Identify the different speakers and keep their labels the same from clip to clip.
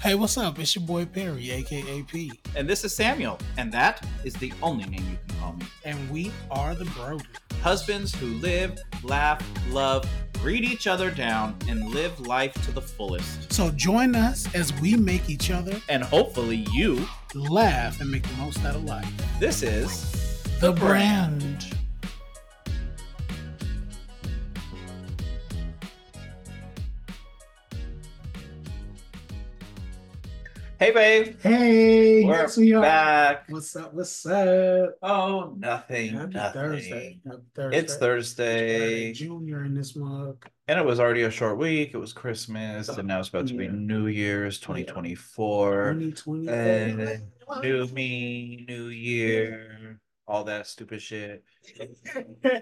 Speaker 1: Hey, what's up? It's your boy Perry, aka P,
Speaker 2: And this is Samuel, and that is the only name you can call me.
Speaker 1: and we are the Brody.
Speaker 2: Husbands who live, laugh, love, read each other down, and live life to the fullest.
Speaker 1: So join us as we make each other
Speaker 2: And hopefully, you,
Speaker 1: laugh and make the most out of life.
Speaker 2: this is
Speaker 1: The brand.
Speaker 2: Hey, babe.
Speaker 1: Hey,
Speaker 2: We're
Speaker 1: yes we are.
Speaker 2: back.
Speaker 1: What's up? What's up?
Speaker 2: Oh, nothing.
Speaker 1: Happy
Speaker 2: nothing.
Speaker 1: Thursday. Happy Thursday.
Speaker 2: It's Thursday,
Speaker 1: Junior in this mug.
Speaker 2: and it was already a short week. It was Christmas, and now it's about to be
Speaker 1: Yeah.
Speaker 2: New Year's 2024.
Speaker 1: 2020.
Speaker 2: Uh, New me, new year, all that stupid shit.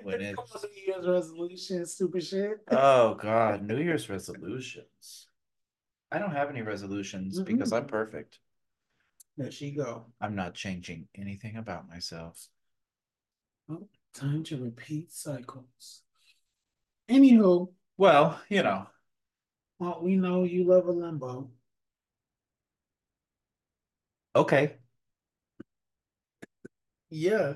Speaker 2: when it-
Speaker 1: New Year's resolution, stupid shit.
Speaker 2: Oh God, New Year's resolutions. I don't have any resolutions because
Speaker 1: Mm-hmm.
Speaker 2: I'm perfect.
Speaker 1: there she go.
Speaker 2: I'm not changing anything about myself.
Speaker 1: Time to repeat cycles. Anywho,
Speaker 2: Well, you know,
Speaker 1: well, we know you love a limbo.
Speaker 2: okay.
Speaker 1: Yeah,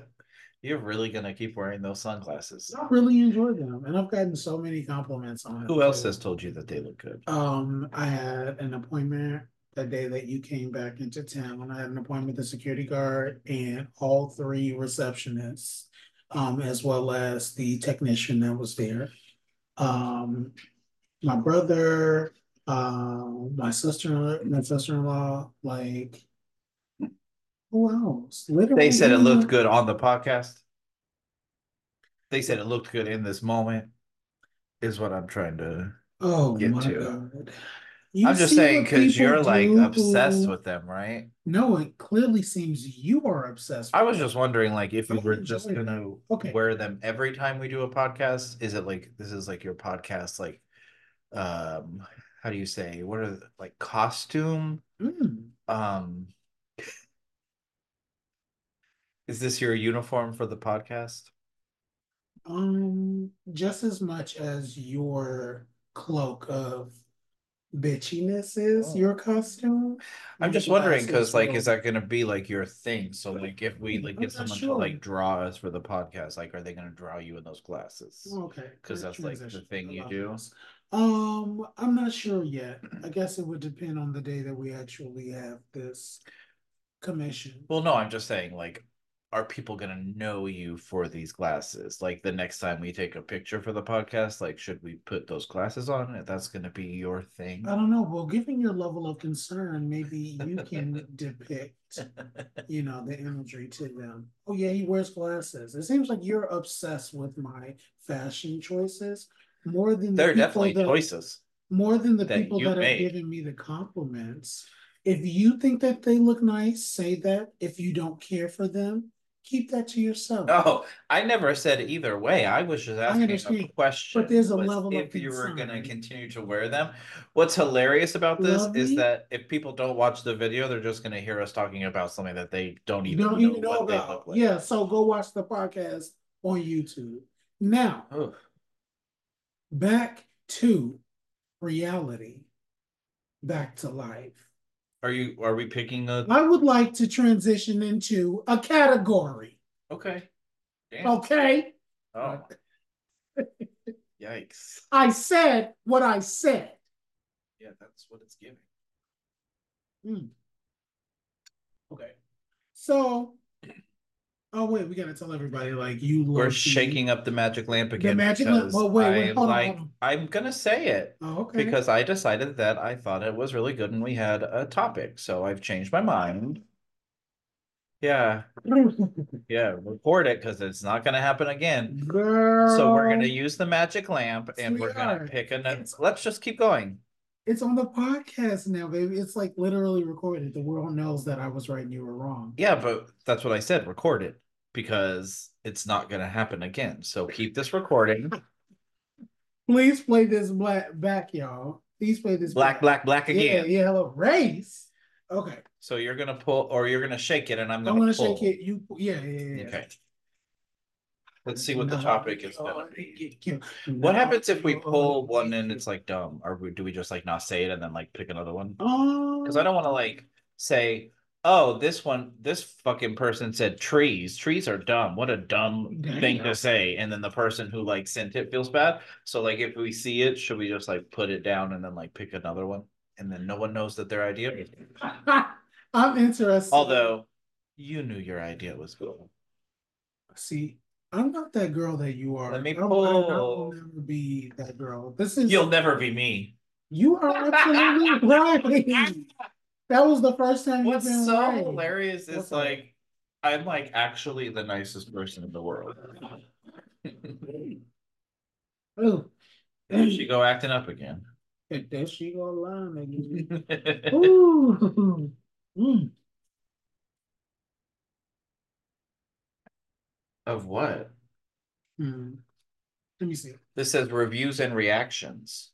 Speaker 2: You're really gonna keep wearing those sunglasses.
Speaker 1: I really enjoy them, and I've gotten so many compliments on it.
Speaker 2: Who else
Speaker 1: too.
Speaker 2: has told you that they look good?
Speaker 1: Um, I had an appointment the day that you came back into town. I had an appointment with the security guard and all three receptionists, um, as well as the technician that was there. Um, my brother, um, my sister, my sister-in-law, like who else?
Speaker 2: They
Speaker 1: Literally,
Speaker 2: said it looked good on the podcast. They said it looked good in this moment, is what I'm trying to.
Speaker 1: Oh
Speaker 2: Get
Speaker 1: my
Speaker 2: to.
Speaker 1: God. You
Speaker 2: I'm just
Speaker 1: see
Speaker 2: saying
Speaker 1: what
Speaker 2: because
Speaker 1: people
Speaker 2: you're like
Speaker 1: do?
Speaker 2: obsessed with them, right?
Speaker 1: No, it clearly seems you are obsessed
Speaker 2: I
Speaker 1: with
Speaker 2: was just wondering, like, if you
Speaker 1: Okay,
Speaker 2: were just
Speaker 1: wait.
Speaker 2: gonna
Speaker 1: Okay.
Speaker 2: wear them every time we do a podcast, is it like this is like your podcast, like, um, how do you say, what are the, like costume?
Speaker 1: Mm.
Speaker 2: Um, is this your uniform for the podcast?
Speaker 1: Um, just as much as your cloak of bitchiness is
Speaker 2: Oh.
Speaker 1: your costume.
Speaker 2: I'm
Speaker 1: your
Speaker 2: just wondering because,
Speaker 1: glasses
Speaker 2: like,
Speaker 1: will-
Speaker 2: is that gonna be like your thing? So, like, if we like
Speaker 1: I'm
Speaker 2: get
Speaker 1: not
Speaker 2: someone to
Speaker 1: sure.
Speaker 2: like draw us for the podcast, like, are they gonna draw you in those glasses?
Speaker 1: Oh, okay.
Speaker 2: 'cause
Speaker 1: great
Speaker 2: that's, like, the
Speaker 1: transition.
Speaker 2: thing
Speaker 1: I
Speaker 2: you
Speaker 1: love
Speaker 2: do.
Speaker 1: this. Um, I'm not sure yet. I guess it would depend on the day that we actually have this commission.
Speaker 2: Well, no, I'm just saying, like, are people gonna know you for these glasses? Like, the next time we take a picture for the podcast, like, should we put those glasses on? If that's gonna be your thing.
Speaker 1: I don't know. Well, given your level of concern, maybe you can depict you know, the imagery to them. Oh yeah, he wears glasses. It seems like you're obsessed with my fashion choices more than the
Speaker 2: They're
Speaker 1: people
Speaker 2: definitely
Speaker 1: that,
Speaker 2: choices.
Speaker 1: more than the
Speaker 2: that
Speaker 1: people
Speaker 2: you
Speaker 1: that are
Speaker 2: made.
Speaker 1: giving me the compliments. If you think that they look nice, say that. If you don't care for them, keep that to yourself.
Speaker 2: Oh, I never said either way. I was just asking a
Speaker 1: understand,
Speaker 2: question.
Speaker 1: there's a
Speaker 2: was
Speaker 1: level of
Speaker 2: if you were gonna
Speaker 1: concern.
Speaker 2: continue to wear them. What's hilarious about this
Speaker 1: Love
Speaker 2: is
Speaker 1: me?
Speaker 2: that if people don't watch the video, they're just gonna hear us talking about something that they don't
Speaker 1: you
Speaker 2: even
Speaker 1: don't
Speaker 2: know
Speaker 1: even know
Speaker 2: what they
Speaker 1: about.
Speaker 2: look like.
Speaker 1: Yeah, so go watch the podcast on YouTube. Now,
Speaker 2: Oof.
Speaker 1: back to reality, back to life.
Speaker 2: Are you are we picking a
Speaker 1: I would like to transition into a category.
Speaker 2: Okay. Damn.
Speaker 1: Okay.
Speaker 2: Oh. Yikes.
Speaker 1: I said what I said.
Speaker 2: Yeah, that's what it's giving.
Speaker 1: Okay. So, oh, wait, we got to tell everybody like you
Speaker 2: We're
Speaker 1: love
Speaker 2: shaking up the magic lamp again
Speaker 1: magic lamp-
Speaker 2: because
Speaker 1: well, wait, wait,
Speaker 2: I
Speaker 1: hold on,
Speaker 2: like
Speaker 1: hold on.
Speaker 2: I'm gonna say it
Speaker 1: The, oh, okay.
Speaker 2: because I decided that I thought it was really good and we had a topic, so I've changed my mind. Yeah, yeah, record it because it's not gonna happen again.
Speaker 1: Girl.
Speaker 2: So we're gonna use the magic lamp and we're
Speaker 1: Sweetheart,
Speaker 2: gonna pick another. Let's just keep going.
Speaker 1: It's on the podcast now, baby. It's like literally recorded. The world knows that I was right and you were wrong.
Speaker 2: Yeah, but that's what I said, record it because it's not gonna happen again. So keep this recording.
Speaker 1: Please play this black back, y'all. Please play this
Speaker 2: Black, black, black
Speaker 1: Yeah,
Speaker 2: again.
Speaker 1: yeah, hello. Race. Okay.
Speaker 2: So you're gonna pull, or you're gonna shake it, and I'm
Speaker 1: I'm
Speaker 2: gonna
Speaker 1: gonna
Speaker 2: pull.
Speaker 1: shake it. You, yeah, yeah, yeah.
Speaker 2: Okay. Let's see what the
Speaker 1: No.
Speaker 2: topic is
Speaker 1: Oh,
Speaker 2: gonna be.
Speaker 1: you- you-
Speaker 2: What
Speaker 1: no,
Speaker 2: happens if we
Speaker 1: you-
Speaker 2: pull one and it's like dumb, or we- do we just like not say it and then like pick another one?
Speaker 1: Oh.
Speaker 2: Cause I don't wanna like say, oh, this one, this fucking person said trees, trees are dumb, what a dumb thing
Speaker 1: Yeah.
Speaker 2: to say, and then the person who like sent it feels bad. So like if we see it, should we just like put it down and then like pick another one? And then no one knows that their idea,
Speaker 1: I'm interested.
Speaker 2: although you knew your idea was cool.
Speaker 1: See, I'm not that girl that you are.
Speaker 2: Let me
Speaker 1: I will- I will
Speaker 2: pull.
Speaker 1: never be that girl. This is
Speaker 2: You'll never be me.
Speaker 1: you are absolutely right. That was the first time. you've
Speaker 2: What's
Speaker 1: been
Speaker 2: so
Speaker 1: right.
Speaker 2: hilarious is
Speaker 1: What's up?
Speaker 2: like I'm like actually the nicest person in the world.
Speaker 1: Ooh.
Speaker 2: There she go acting up again.
Speaker 1: Oh, There she go lying again. Ooh. Mm.
Speaker 2: of what?
Speaker 1: Hmm. Let me see.
Speaker 2: This says reviews and reactions.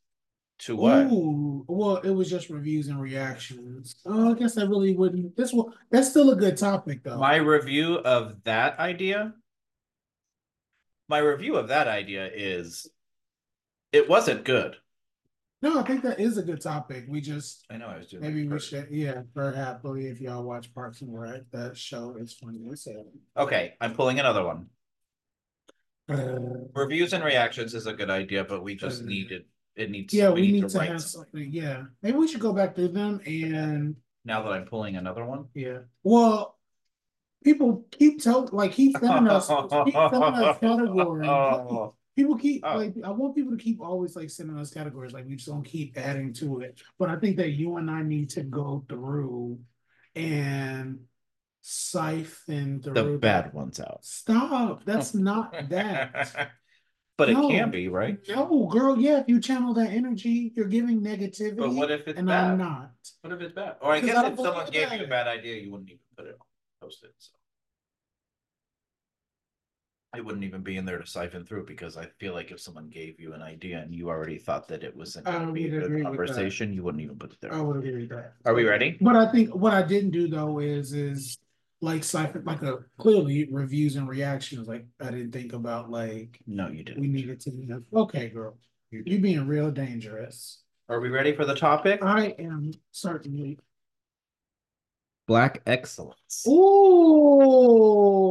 Speaker 2: To what?
Speaker 1: Ooh, well, it was just reviews and reactions. Oh, I guess I really wouldn't. This one, that's still a good topic though.
Speaker 2: My review of that idea. My review of that idea is it wasn't good.
Speaker 1: no, I think that is a good topic. We just
Speaker 2: I know I was doing that
Speaker 1: Maybe we
Speaker 2: first.
Speaker 1: should, yeah, very happily if y'all watch Parks and Rec, that show is funny. as hell.
Speaker 2: Okay, I'm pulling another one.
Speaker 1: Uh,
Speaker 2: Reviews and reactions is a good idea, but we just
Speaker 1: Uh,
Speaker 2: needed it needs
Speaker 1: yeah, we need to
Speaker 2: write
Speaker 1: have
Speaker 2: something.
Speaker 1: something. Yeah, maybe we should go back through them and
Speaker 2: now that I'm pulling another one.
Speaker 1: yeah. Well, people keep telling like keep telling us keep telling us categories.
Speaker 2: Oh,
Speaker 1: People keep
Speaker 2: Oh.
Speaker 1: like I want people to keep always like sending us categories. Like we just don't keep adding to it. But I think that you and I need to go through and siphon through
Speaker 2: the bad ones out.
Speaker 1: Stop. That's not that.
Speaker 2: but
Speaker 1: No.
Speaker 2: it can be, right?
Speaker 1: No, girl. Yeah, if you channel that energy, you're giving negativity.
Speaker 2: But what if it's
Speaker 1: and
Speaker 2: bad?
Speaker 1: I'm not.
Speaker 2: What if it's bad? Or I
Speaker 1: Because
Speaker 2: guess
Speaker 1: I don't
Speaker 2: if someone
Speaker 1: believe
Speaker 2: gave
Speaker 1: that.
Speaker 2: you a bad idea, you wouldn't even put it on post it. So it wouldn't even be in there to siphon through because I feel like if someone gave you an idea and you already thought that it wasn't
Speaker 1: I
Speaker 2: going to be
Speaker 1: would
Speaker 2: a
Speaker 1: agree
Speaker 2: good
Speaker 1: with that. Oh.
Speaker 2: conversation, you wouldn't even put it there.
Speaker 1: I would agree with that.
Speaker 2: Are we ready?
Speaker 1: But I think what I didn't do though is is like siphon like a clearly reviews and reactions. Like I didn't think about like
Speaker 2: No, you didn't.
Speaker 1: we needed to. know- Okay, girl, you being real dangerous.
Speaker 2: Are we ready for the topic?
Speaker 1: I am certainly.
Speaker 2: Black excellence.
Speaker 1: Ooh.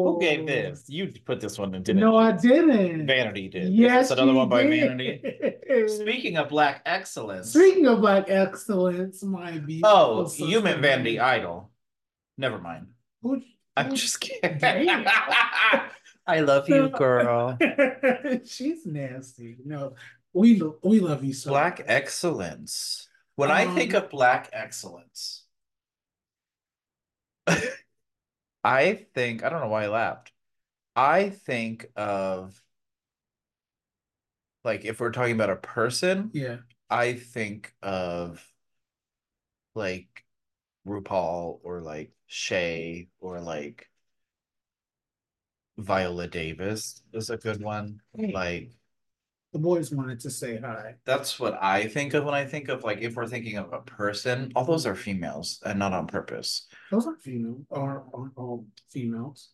Speaker 2: Who gave this? You put this one in, didn't
Speaker 1: No,
Speaker 2: you?
Speaker 1: I didn't.
Speaker 2: Vanity did.
Speaker 1: Yes,
Speaker 2: It's another
Speaker 1: she
Speaker 2: one by
Speaker 1: did.
Speaker 2: Vanity. Speaking of black excellence.
Speaker 1: Speaking of black excellence, my beautiful
Speaker 2: oh,
Speaker 1: sister.
Speaker 2: you meant Vanity Idol. Never mind.
Speaker 1: Who-
Speaker 2: I'm just kidding.
Speaker 1: Damn.
Speaker 2: I love you, girl.
Speaker 1: She's nasty. No, we lo- we love you so.
Speaker 2: Black excellence. When I think
Speaker 1: Um,
Speaker 2: of black excellence, I think, I don't know why I laughed. I think of, like, if we're talking about a person,
Speaker 1: Yeah.
Speaker 2: I think of like RuPaul or like Shay or like Viola Davis is a good one.
Speaker 1: Hey.
Speaker 2: Like
Speaker 1: The boys wanted to say hi.
Speaker 2: that's what I think of when I think of like if we're thinking of a person, all those are females and not on purpose.
Speaker 1: Those aren't female or aren't all females.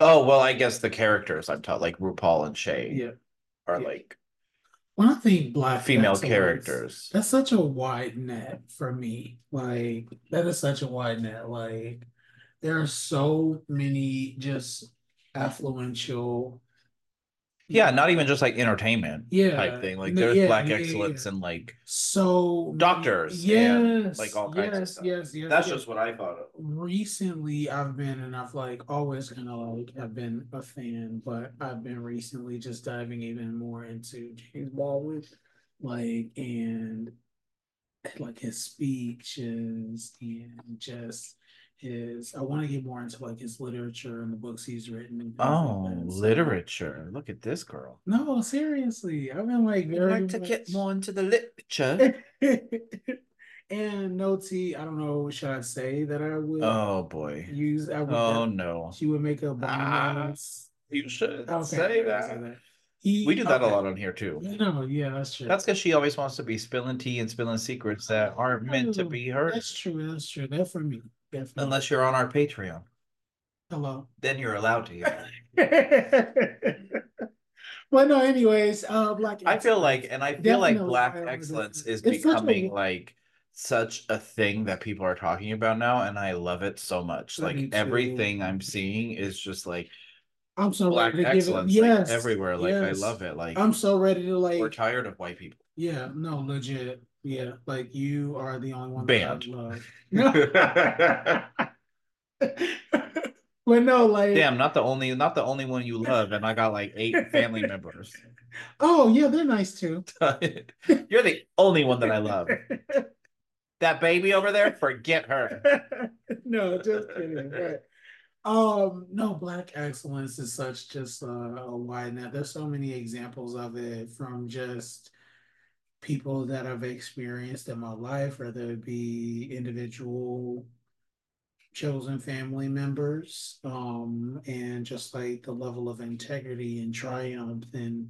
Speaker 2: Oh, well, I guess the characters I'm taught, like RuPaul and Shay
Speaker 1: Yeah.
Speaker 2: are
Speaker 1: Yeah.
Speaker 2: like
Speaker 1: When I think black
Speaker 2: female
Speaker 1: excellence,
Speaker 2: characters.
Speaker 1: that's such a wide net for me. Like that is such a wide net. Like there are so many just affluential.
Speaker 2: Yeah, not even just like entertainment
Speaker 1: Yeah.
Speaker 2: type thing. Like
Speaker 1: No,
Speaker 2: there's
Speaker 1: yeah,
Speaker 2: black
Speaker 1: yeah, yeah,
Speaker 2: excellence
Speaker 1: yeah.
Speaker 2: and like
Speaker 1: So
Speaker 2: Doctors and,
Speaker 1: Yes.
Speaker 2: like, all kinds of
Speaker 1: yes,
Speaker 2: stuff.
Speaker 1: Yes, yes,
Speaker 2: that's
Speaker 1: yes.
Speaker 2: just what I thought of.
Speaker 1: recently I've been and I've like always kind of like have been a fan, but I've been recently just diving even more into James Baldwin, like and like his speeches and just his. I want to get more into like his literature and the books he's written. And things like
Speaker 2: Oh,
Speaker 1: that. So-
Speaker 2: literature. Look at this girl.
Speaker 1: No, seriously, I've been like
Speaker 2: We'd
Speaker 1: very
Speaker 2: like to get
Speaker 1: much-
Speaker 2: more into the literature.
Speaker 1: and no tea. I don't know. Should I say that I would
Speaker 2: Oh boy.
Speaker 1: use? I would
Speaker 2: Oh no.
Speaker 1: She would make a bomb.
Speaker 2: Ah,
Speaker 1: ass.
Speaker 2: You should
Speaker 1: Okay,
Speaker 2: say
Speaker 1: I can
Speaker 2: that.
Speaker 1: He,
Speaker 2: We do that a
Speaker 1: okay.
Speaker 2: lot on here too.
Speaker 1: No, yeah, that's true.
Speaker 2: That's because she always wants to be spilling tea and spilling secrets that aren't meant to be heard.
Speaker 1: That's true. That's true. That for me. That for me.
Speaker 2: Unless you're on our Patreon,
Speaker 1: hello.
Speaker 2: then you're allowed to. hear it.
Speaker 1: Well, no, anyways, uh, black.
Speaker 2: I feel like,
Speaker 1: excellence.
Speaker 2: and I feel like
Speaker 1: Definitely,
Speaker 2: black
Speaker 1: I would
Speaker 2: excellence
Speaker 1: agree.
Speaker 2: is
Speaker 1: It's such a-
Speaker 2: becoming like such a thing that people are talking about now, and I love it so much.
Speaker 1: Me
Speaker 2: Like
Speaker 1: too.
Speaker 2: everything I'm seeing is just like
Speaker 1: I'm so
Speaker 2: black
Speaker 1: ready to give it.
Speaker 2: excellence, like
Speaker 1: Yes,
Speaker 2: everywhere. Like I
Speaker 1: yes.
Speaker 2: love it. Like
Speaker 1: I'm so ready to
Speaker 2: we're
Speaker 1: like.
Speaker 2: tired of white people.
Speaker 1: Yeah, no, legit. Yeah, like you are the only one
Speaker 2: Banned.
Speaker 1: that I love. No, but no, like.
Speaker 2: Damn, not the only, not the only one you love, and I got like eight family members.
Speaker 1: Oh yeah, they're nice too.
Speaker 2: You're the only one that I love. That baby over there, forget her.
Speaker 1: no, just kidding. Right. Um, no, black excellence is such just a, a wide net. There's so many examples of it from just people that I've experienced in my life, whether it be individual chosen family members, um, and just like the level of integrity and triumph and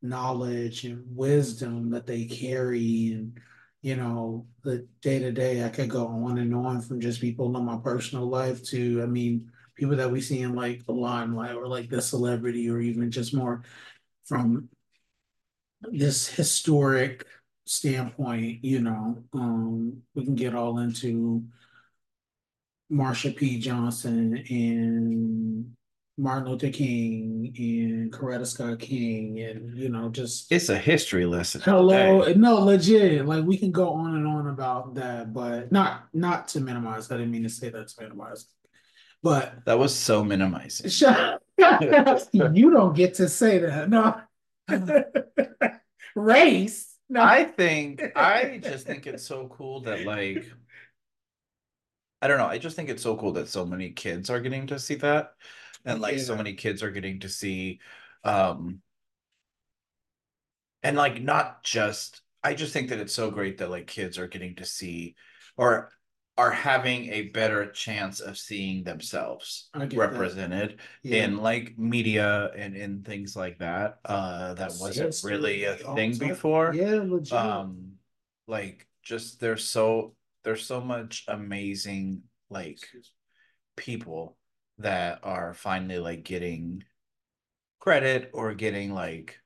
Speaker 1: knowledge and wisdom that they carry and you know, the day to day, I could go on and on from just people in my personal life to, I mean, people that we see in like the limelight or like the celebrity or even just more from this historic standpoint, you know, um, we can get all into Marsha P. Johnson and Martin Luther King and Coretta Scott King and, you know, just.
Speaker 2: It's a history lesson.
Speaker 1: Hello,
Speaker 2: Hey.
Speaker 1: no, legit. Like we can go on and on about that, but not not to minimize. I didn't mean to say that to minimize, but
Speaker 2: That was so minimizing.
Speaker 1: shut. you don't get to say that. No, race. No,
Speaker 2: I think I just think it's so cool that like I don't know, I just think it's so cool that so many kids are getting to see that and like so
Speaker 1: Yeah.
Speaker 2: many kids are getting to see um and like not just I just think that it's so great that like kids are getting to see or are having a better chance of seeing themselves
Speaker 1: I get that.
Speaker 2: represented
Speaker 1: Yeah.
Speaker 2: in like media and in things like that uh that wasn't
Speaker 1: Yes,
Speaker 2: really a
Speaker 1: all
Speaker 2: thing
Speaker 1: type-
Speaker 2: before
Speaker 1: Yeah, legit.
Speaker 2: um like just there's so there's so much amazing like
Speaker 1: Mm-hmm.
Speaker 2: people that are finally like getting credit or getting like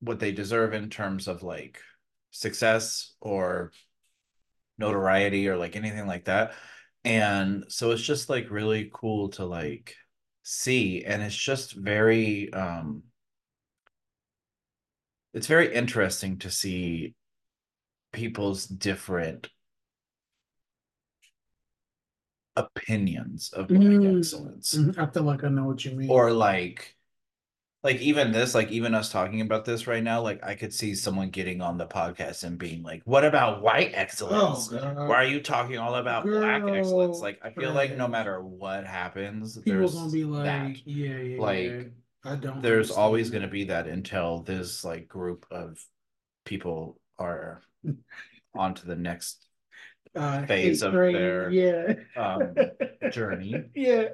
Speaker 2: what they deserve in terms of like success or notoriety or like anything like that and so it's just like really cool to like see and it's just very um it's very interesting to see people's different opinions of black
Speaker 1: Mm.
Speaker 2: excellence
Speaker 1: Mhm, I feel like I know what you mean.
Speaker 2: or like like even this like even us talking about this right now like i could see someone getting on the podcast and being like what about white
Speaker 1: oh
Speaker 2: excellence
Speaker 1: god,
Speaker 2: why are you talking all about black excellence
Speaker 1: Girl,
Speaker 2: like i feel like no
Speaker 1: friend.
Speaker 2: matter what happens
Speaker 1: people
Speaker 2: there's
Speaker 1: gonna be like,
Speaker 2: that.
Speaker 1: yeah, yeah,
Speaker 2: Like,
Speaker 1: yeah. I don't.
Speaker 2: there's always
Speaker 1: understand.
Speaker 2: going to be that until this like group of people are on to the next
Speaker 1: uh,
Speaker 2: phase
Speaker 1: hate
Speaker 2: of
Speaker 1: grade,
Speaker 2: their-
Speaker 1: yeah
Speaker 2: um, journey.
Speaker 1: yeah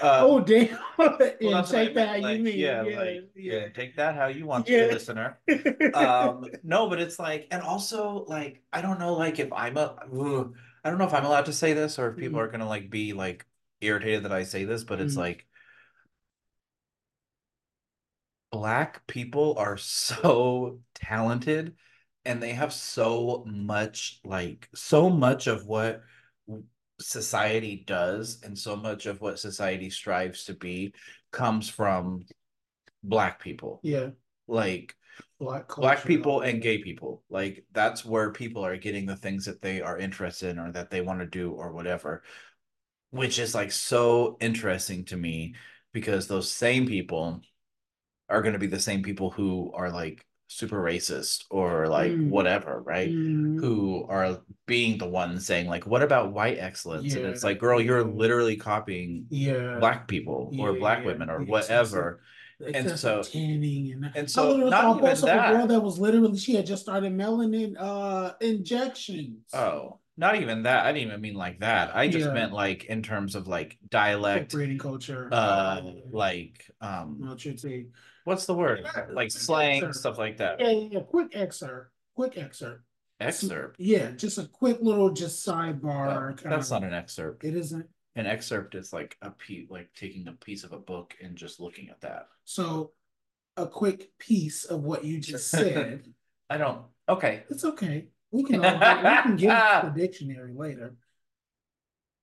Speaker 2: Uh,
Speaker 1: oh damn and
Speaker 2: well, that's what I
Speaker 1: take that how
Speaker 2: meant,
Speaker 1: you
Speaker 2: like,
Speaker 1: mean
Speaker 2: yeah,
Speaker 1: yeah
Speaker 2: like,
Speaker 1: yeah,
Speaker 2: yeah, take that how you want
Speaker 1: Yeah.
Speaker 2: to, listener. Um, no, but it's like, and also like, I don't know, like if I'm a, ugh, I don't know if I'm allowed to say this or if people
Speaker 1: Mm.
Speaker 2: are gonna like be like irritated that I say this, but it's
Speaker 1: Mm.
Speaker 2: like, black people are so talented and they have so much like so much of what w- society does and so much of what society strives to be comes from black people
Speaker 1: yeah
Speaker 2: like
Speaker 1: black culture,
Speaker 2: black people and gay people like that's where people are getting the things that they are interested in or that they want to do or whatever which is like so interesting to me because those same people are going to be the same people who are like super racist or like
Speaker 1: Mm.
Speaker 2: whatever right
Speaker 1: Mm,
Speaker 2: who are being the ones saying like what about white excellence and it's
Speaker 1: Yeah.
Speaker 2: like girl you're
Speaker 1: Yeah.
Speaker 2: literally copying
Speaker 1: yeah
Speaker 2: black people or
Speaker 1: Yeah,
Speaker 2: black
Speaker 1: yeah,
Speaker 2: women or
Speaker 1: yeah, it's- it's
Speaker 2: whatever
Speaker 1: It's
Speaker 2: and
Speaker 1: just
Speaker 2: so-
Speaker 1: tanning and
Speaker 2: and
Speaker 1: I
Speaker 2: so
Speaker 1: literally saw
Speaker 2: not
Speaker 1: a
Speaker 2: even
Speaker 1: post of a girl
Speaker 2: that
Speaker 1: that was literally she had just started melanin uh injections
Speaker 2: oh not even that i didn't even mean like that i just
Speaker 1: Yeah.
Speaker 2: meant like in terms of like
Speaker 1: for
Speaker 2: dialect
Speaker 1: breeding culture
Speaker 2: uh
Speaker 1: Yeah.
Speaker 2: like um
Speaker 1: Not your tea.
Speaker 2: what's the word like slang
Speaker 1: Sure.
Speaker 2: stuff like that
Speaker 1: Yeah, yeah, yeah. Quick excerpt. Quick excerpt.
Speaker 2: excerpt
Speaker 1: Yeah, just a quick little just sidebar.
Speaker 2: Oh,
Speaker 1: kind
Speaker 2: that's
Speaker 1: of-
Speaker 2: not an excerpt
Speaker 1: It isn't.
Speaker 2: an excerpt is like a piece like taking a piece of a book and just looking at that
Speaker 1: So a quick piece of what you just said.
Speaker 2: I don't. Okay.
Speaker 1: It's okay. We can all, we can get the dictionary later.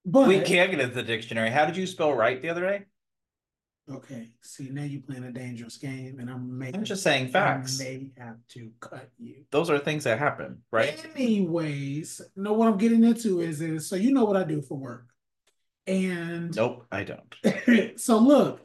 Speaker 1: But
Speaker 2: We can't get into the dictionary. How did you spell right the other day?
Speaker 1: okay, see now you're playing a dangerous game, and I'm making
Speaker 2: I'm just saying facts.
Speaker 1: I may have to cut you.
Speaker 2: Those are things that happen, right?
Speaker 1: Anyways, no, what I'm getting into is is so you know what I do for work, and
Speaker 2: Nope, I don't.
Speaker 1: so look,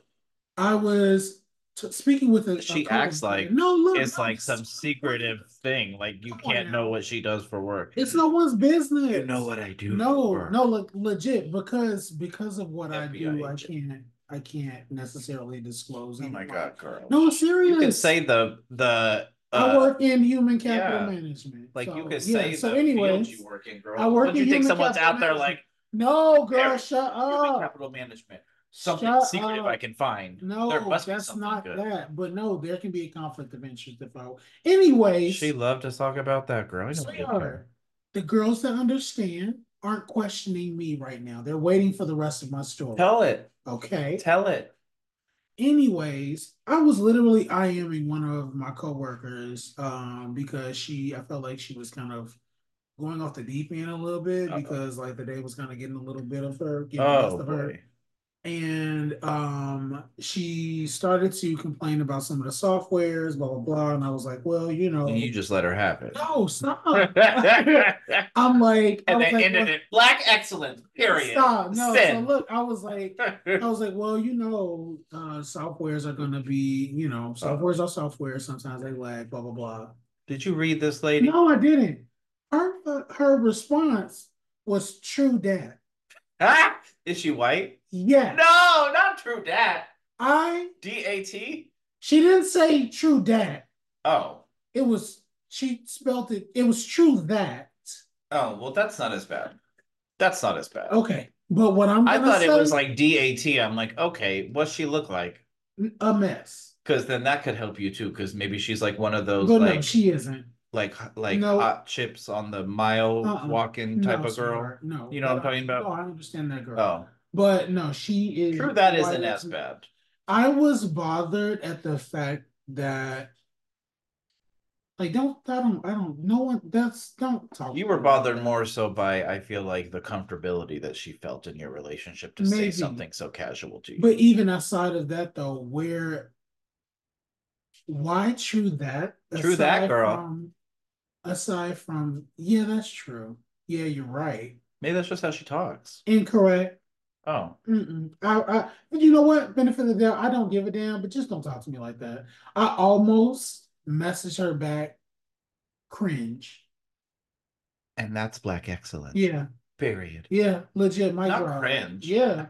Speaker 1: I was t- speaking with a. a
Speaker 2: She
Speaker 1: couple-
Speaker 2: acts like
Speaker 1: no, look,
Speaker 2: It's
Speaker 1: no,
Speaker 2: like some secretive thing. Like you
Speaker 1: Come on
Speaker 2: can't
Speaker 1: now.
Speaker 2: know what she does for work.
Speaker 1: It's no one's business.
Speaker 2: You know what I do. for
Speaker 1: No,
Speaker 2: work.
Speaker 1: no, le- legit because because of what I do,
Speaker 2: FBI
Speaker 1: I
Speaker 2: agent.
Speaker 1: can't I can't necessarily disclose.
Speaker 2: Oh my
Speaker 1: anymore.
Speaker 2: god, girl.
Speaker 1: No, I'm serious.
Speaker 2: you can say the the
Speaker 1: I
Speaker 2: uh,
Speaker 1: work in human capital
Speaker 2: yeah.
Speaker 1: management.
Speaker 2: like
Speaker 1: so,
Speaker 2: you could
Speaker 1: yeah,
Speaker 2: say the
Speaker 1: So
Speaker 2: field
Speaker 1: anyways,
Speaker 2: you work in, girl.
Speaker 1: I work
Speaker 2: Don't
Speaker 1: in
Speaker 2: you think
Speaker 1: human
Speaker 2: someone's
Speaker 1: capital
Speaker 2: out there
Speaker 1: management.
Speaker 2: like
Speaker 1: no, girl,
Speaker 2: Eric,
Speaker 1: shut
Speaker 2: human
Speaker 1: up.
Speaker 2: capital management? Something
Speaker 1: Shut
Speaker 2: secretive
Speaker 1: up.
Speaker 2: I can find. There
Speaker 1: No,
Speaker 2: must be
Speaker 1: that's
Speaker 2: something
Speaker 1: not
Speaker 2: good.
Speaker 1: that. But no, there can be a conflict of interest if I. Anyways,
Speaker 2: She loved to talk about that girl. I don't get
Speaker 1: sweetheart, the girls that understand aren't questioning me right now. They're waiting for the rest of my story.
Speaker 2: that. Tell it.
Speaker 1: okay.
Speaker 2: Tell it.
Speaker 1: anyways, I was literally IMing one of my coworkers um because she I felt like she was kind of going off the deep end a little bit
Speaker 2: Uh-oh.
Speaker 1: because like the day was kind of getting a little bit of her, getting the best
Speaker 2: Oh
Speaker 1: of her.
Speaker 2: boy.
Speaker 1: And um she started to complain about some of the softwares, blah blah blah. And I was like, well, you know,
Speaker 2: And you just let her have it.
Speaker 1: no, stop.
Speaker 2: and
Speaker 1: I'm like, I was
Speaker 2: they
Speaker 1: like,
Speaker 2: ended
Speaker 1: well,
Speaker 2: it. Black excellence. Period.
Speaker 1: Stop. No, so
Speaker 2: Sin.
Speaker 1: look, I was like, I was like, well, you know, uh, softwares are gonna be, you know, softwares are software. Sometimes they lag, blah blah blah.
Speaker 2: Did you read this lady?
Speaker 1: No, I didn't. Her her response was true that.
Speaker 2: Ah, is she white?
Speaker 1: Yeah,
Speaker 2: No, not true dat.
Speaker 1: I.
Speaker 2: D A T?
Speaker 1: She didn't say true that.
Speaker 2: Oh.
Speaker 1: It was she spelled it. It was true that.
Speaker 2: Oh, well, that's not as bad. That's not as bad.
Speaker 1: Okay, but what I'm
Speaker 2: I
Speaker 1: gonna
Speaker 2: thought it was
Speaker 1: say,
Speaker 2: like D A T. I'm like, okay, what's she look like?
Speaker 1: a mess.
Speaker 2: Because then that could help you too. Because maybe she's like one of those
Speaker 1: But no,
Speaker 2: like
Speaker 1: she isn't.
Speaker 2: like like
Speaker 1: No.
Speaker 2: hot chips on the mile
Speaker 1: Uh-uh.
Speaker 2: walking type
Speaker 1: No,
Speaker 2: of girl.
Speaker 1: sweetheart, No,
Speaker 2: You know what I'm talking about?
Speaker 1: No, I understand that girl.
Speaker 2: Oh,
Speaker 1: But no, she is.
Speaker 2: true. That
Speaker 1: why
Speaker 2: isn't
Speaker 1: that's-
Speaker 2: as bad.
Speaker 1: I was bothered at the fact that, like, don't I don't I don't no one that's don't talk.
Speaker 2: You were
Speaker 1: about
Speaker 2: bothered
Speaker 1: that.
Speaker 2: more so by I feel like the comfortability that she felt in your relationship to say
Speaker 1: Maybe.
Speaker 2: something so casual to you.
Speaker 1: But even outside of that, though, where why true that?
Speaker 2: True that,
Speaker 1: Aside
Speaker 2: girl.
Speaker 1: from- aside from yeah, that's true. Yeah, you're right.
Speaker 2: Maybe that's just how she talks.
Speaker 1: Incorrect.
Speaker 2: Oh,
Speaker 1: Mm-mm. I, I, but you know what? Benefit of the doubt. I don't give a damn, but just don't talk to me like that. I almost messaged her back. Cringe.
Speaker 2: and that's black excellence.
Speaker 1: Yeah,
Speaker 2: Period.
Speaker 1: yeah, legit. My
Speaker 2: Not
Speaker 1: girl.
Speaker 2: cringe.
Speaker 1: Yeah,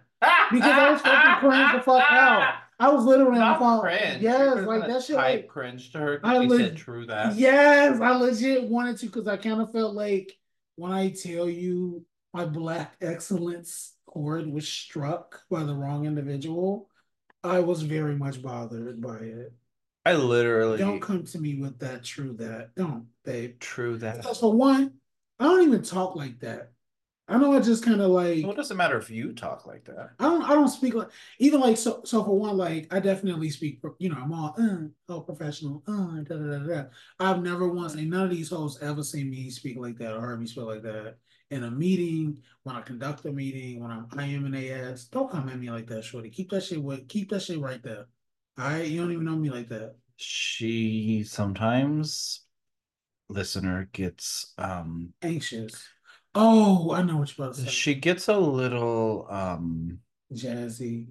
Speaker 1: because I was fucking cringe the fuck out. I was literally on the
Speaker 2: Not
Speaker 1: phone.
Speaker 2: cringe.
Speaker 1: Yes,
Speaker 2: You're
Speaker 1: like
Speaker 2: gonna
Speaker 1: that shit.
Speaker 2: type
Speaker 1: Like,
Speaker 2: cringe to her.
Speaker 1: I
Speaker 2: I
Speaker 1: leg-
Speaker 2: said true that.
Speaker 1: yes, I legit wanted to because I kind of felt like when I tell you my black excellence chord was struck by the wrong individual, I was very much bothered by it.
Speaker 2: I literally
Speaker 1: Don't come to me with that true that. Don't, babe.
Speaker 2: true that.
Speaker 1: So for one, I don't even talk like that. I know I just kind of like
Speaker 2: Well, it doesn't matter if you talk like that.
Speaker 1: I don't I don't speak like even like so so for one like I definitely speak you know I'm all uh, oh professional uh, da, da, da, da. I've never once and none of these hosts ever seen me speak like that or heard me speak like that in a meeting when I conduct a meeting when I'm I am an AS don't come at me like that shorty keep that shit with keep that shit right there all right you don't even know me like that
Speaker 2: She sometimes listener gets um
Speaker 1: anxious oh I know what you're about to say
Speaker 2: she gets a little um
Speaker 1: jazzy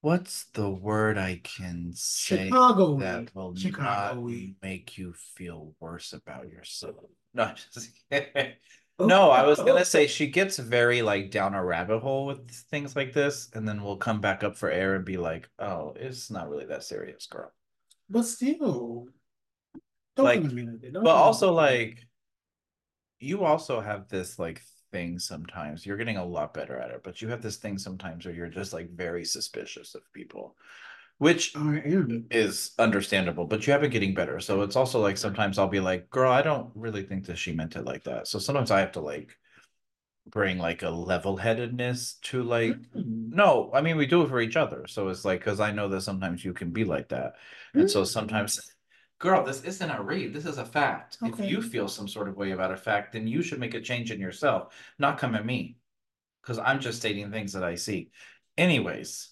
Speaker 2: what's the word I can say
Speaker 1: Chicago
Speaker 2: that will
Speaker 1: Chicago
Speaker 2: not
Speaker 1: weed.
Speaker 2: make you feel worse about yourself? No, I'm just kidding. No, I was gonna say she gets very like down a rabbit hole with things like this, and then we'll come back up for air and be like, "Oh, it's not really that serious, girl."
Speaker 1: But still, don't
Speaker 2: Like,
Speaker 1: come at me like that. Don't
Speaker 2: But
Speaker 1: come at
Speaker 2: also,
Speaker 1: me.
Speaker 2: like, you also have this like thing sometimes. You're getting a lot better at it, but you have this thing sometimes where you're just like very suspicious of people, which
Speaker 1: I am.
Speaker 2: is understandable. But you have been getting better, so it's also like sometimes I'll be like, "Girl, I don't really think that she meant it like that." So sometimes I have to like bring like a level-headedness to like
Speaker 1: Mm.
Speaker 2: no i mean we do it for each other so it's like because i know that sometimes you can be like that and
Speaker 1: Mm.
Speaker 2: so sometimes girl this isn't a read this is a fact
Speaker 1: Okay.
Speaker 2: if you feel some sort of way about a fact then you should make a change in yourself not come at me because i'm just stating things that i see anyways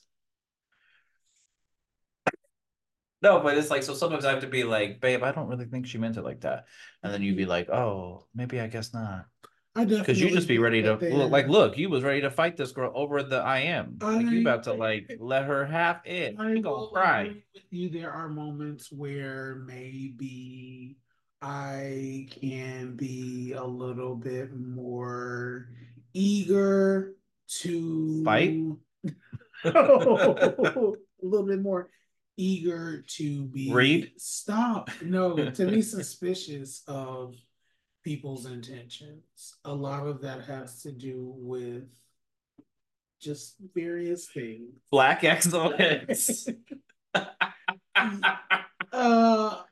Speaker 2: no but it's like so sometimes i have to be like babe i don't really think she meant it like that and then you'd be
Speaker 1: Mm.
Speaker 2: like oh maybe i guess not
Speaker 1: I definitely
Speaker 2: because you just be ready to
Speaker 1: get there.
Speaker 2: look like look you was ready to fight this girl over the i am like you about to like let her have it
Speaker 1: I
Speaker 2: you
Speaker 1: will uh,
Speaker 2: gonna cry
Speaker 1: agree with you. There are moments where maybe I can be a little bit more eager to
Speaker 2: Fight?
Speaker 1: a little bit more eager to be
Speaker 2: Read?
Speaker 1: Stop. No, to be suspicious of people's intentions. A lot of that has to do with just various things.
Speaker 2: black excellence
Speaker 1: Uh,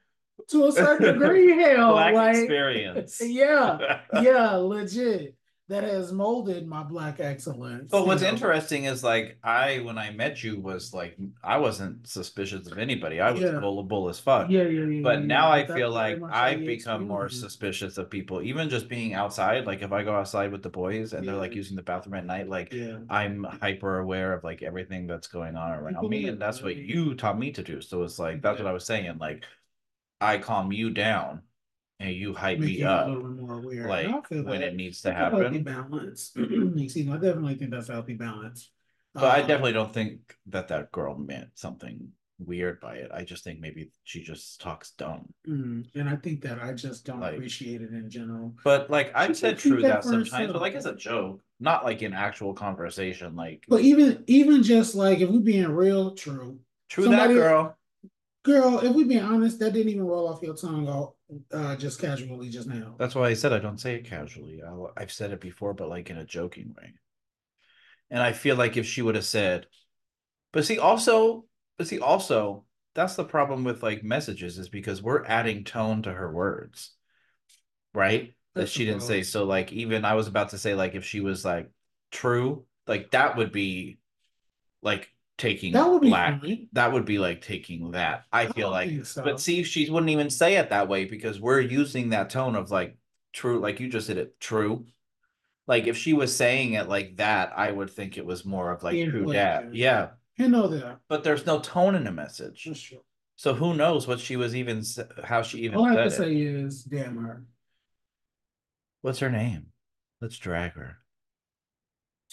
Speaker 1: to a certain degree, hell,
Speaker 2: black
Speaker 1: Oh, like
Speaker 2: experience
Speaker 1: yeah, yeah, legit. That has molded my black excellence.
Speaker 2: But what's
Speaker 1: you know?
Speaker 2: interesting is like I when I met you was like I wasn't suspicious of anybody. I was
Speaker 1: Yeah.
Speaker 2: gullible as fuck.
Speaker 1: Yeah, yeah, yeah.
Speaker 2: But
Speaker 1: yeah,
Speaker 2: now
Speaker 1: yeah.
Speaker 2: I
Speaker 1: That's
Speaker 2: feel
Speaker 1: very
Speaker 2: like
Speaker 1: much how
Speaker 2: I've
Speaker 1: you
Speaker 2: become more
Speaker 1: experience it.
Speaker 2: suspicious of people, even just being outside. Like if I go outside with the boys and they're like
Speaker 1: Yeah.
Speaker 2: using the bathroom at night, like
Speaker 1: Yeah.
Speaker 2: I'm hyper aware of like everything that's going on around me, and that's what you taught me to do. So it's like that's what I was saying. Like I calm you down, and you hype
Speaker 1: Make
Speaker 2: me
Speaker 1: you a
Speaker 2: up
Speaker 1: little bit more aware.
Speaker 2: uh, like
Speaker 1: And I feel
Speaker 2: when
Speaker 1: that.
Speaker 2: it needs to
Speaker 1: That's a Healthy
Speaker 2: happen.
Speaker 1: balance. Excuse me. I definitely think that's a healthy balance.
Speaker 2: But I
Speaker 1: Uh,
Speaker 2: definitely don't think that that girl meant something weird by it. I just think maybe she just talks dumb.
Speaker 1: mm, and I think that I just don't
Speaker 2: Like-
Speaker 1: appreciate it in general.
Speaker 2: But like I've
Speaker 1: She
Speaker 2: said
Speaker 1: could keep
Speaker 2: true
Speaker 1: that
Speaker 2: that
Speaker 1: for
Speaker 2: sometimes,
Speaker 1: herself.
Speaker 2: but like as a joke, not like in actual conversation. Like
Speaker 1: But even even just like if we're being real true,
Speaker 2: true
Speaker 1: somebody-
Speaker 2: that girl.
Speaker 1: Girl, if we being honest, that didn't even roll off your tongue all, uh, just casually just now.
Speaker 2: That's why I said I don't say it casually. I'll, I've said it before, but like in a joking way. And I feel like if she would have said, but see, also, but see, also, that's the problem with like messages is because we're adding tone to her words, right? That
Speaker 1: That's
Speaker 2: she
Speaker 1: the
Speaker 2: didn't say.
Speaker 1: problem.
Speaker 2: So, like, even I was about to say, like, if she was like true, like that would be like taking
Speaker 1: That would be
Speaker 2: black.
Speaker 1: fine.
Speaker 2: That would be like taking that. I feel
Speaker 1: don't
Speaker 2: like
Speaker 1: think so.
Speaker 2: but see, she wouldn't even say it that way because we're using that tone of like true, like you just said it true. Like if she was saying it like that, I would think it was more of like
Speaker 1: Yeah,
Speaker 2: true
Speaker 1: like,
Speaker 2: dad. Yeah.
Speaker 1: you know that.
Speaker 2: But there's no tone in the message.
Speaker 1: That's true.
Speaker 2: So who knows what she was even s- how she even
Speaker 1: All I have to
Speaker 2: said it.
Speaker 1: say is, damn her.
Speaker 2: What's her name? Let's drag her.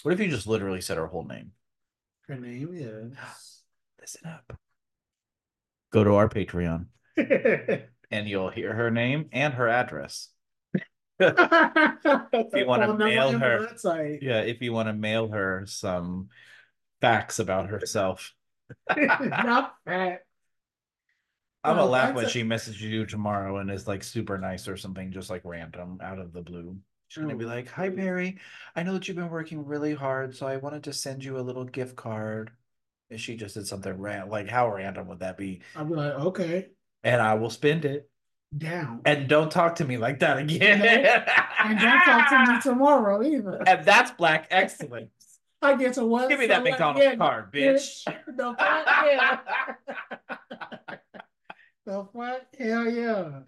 Speaker 2: What if you just literally said her whole name?
Speaker 1: Her name is.
Speaker 2: Listen up. Go to our Patreon and you'll hear her name and her address.
Speaker 1: if
Speaker 2: you wanna mail her.
Speaker 1: Website.
Speaker 2: Yeah, if you want to mail her some facts about herself.
Speaker 1: Not that.
Speaker 2: I'm
Speaker 1: Oh,
Speaker 2: gonna laugh when
Speaker 1: that's a-
Speaker 2: she messages you tomorrow and is like super nice or something, just like random out of the blue. She's gonna be
Speaker 1: Oh.
Speaker 2: like, Hi Barry, I know that you've been working really hard, so I wanted to send you a little gift card. And she just did something random. Like, how random would that be?
Speaker 1: I'll be like, okay,
Speaker 2: And I will spend it.
Speaker 1: down.
Speaker 2: And don't talk to me like that again.
Speaker 1: And don't talk to me tomorrow either.
Speaker 2: And that's black excellence.
Speaker 1: I get to what?
Speaker 2: Give me that
Speaker 1: so what?
Speaker 2: McDonald's
Speaker 1: Yeah,
Speaker 2: card, bitch.
Speaker 1: The fuck, yeah. The fuck? Hell yeah.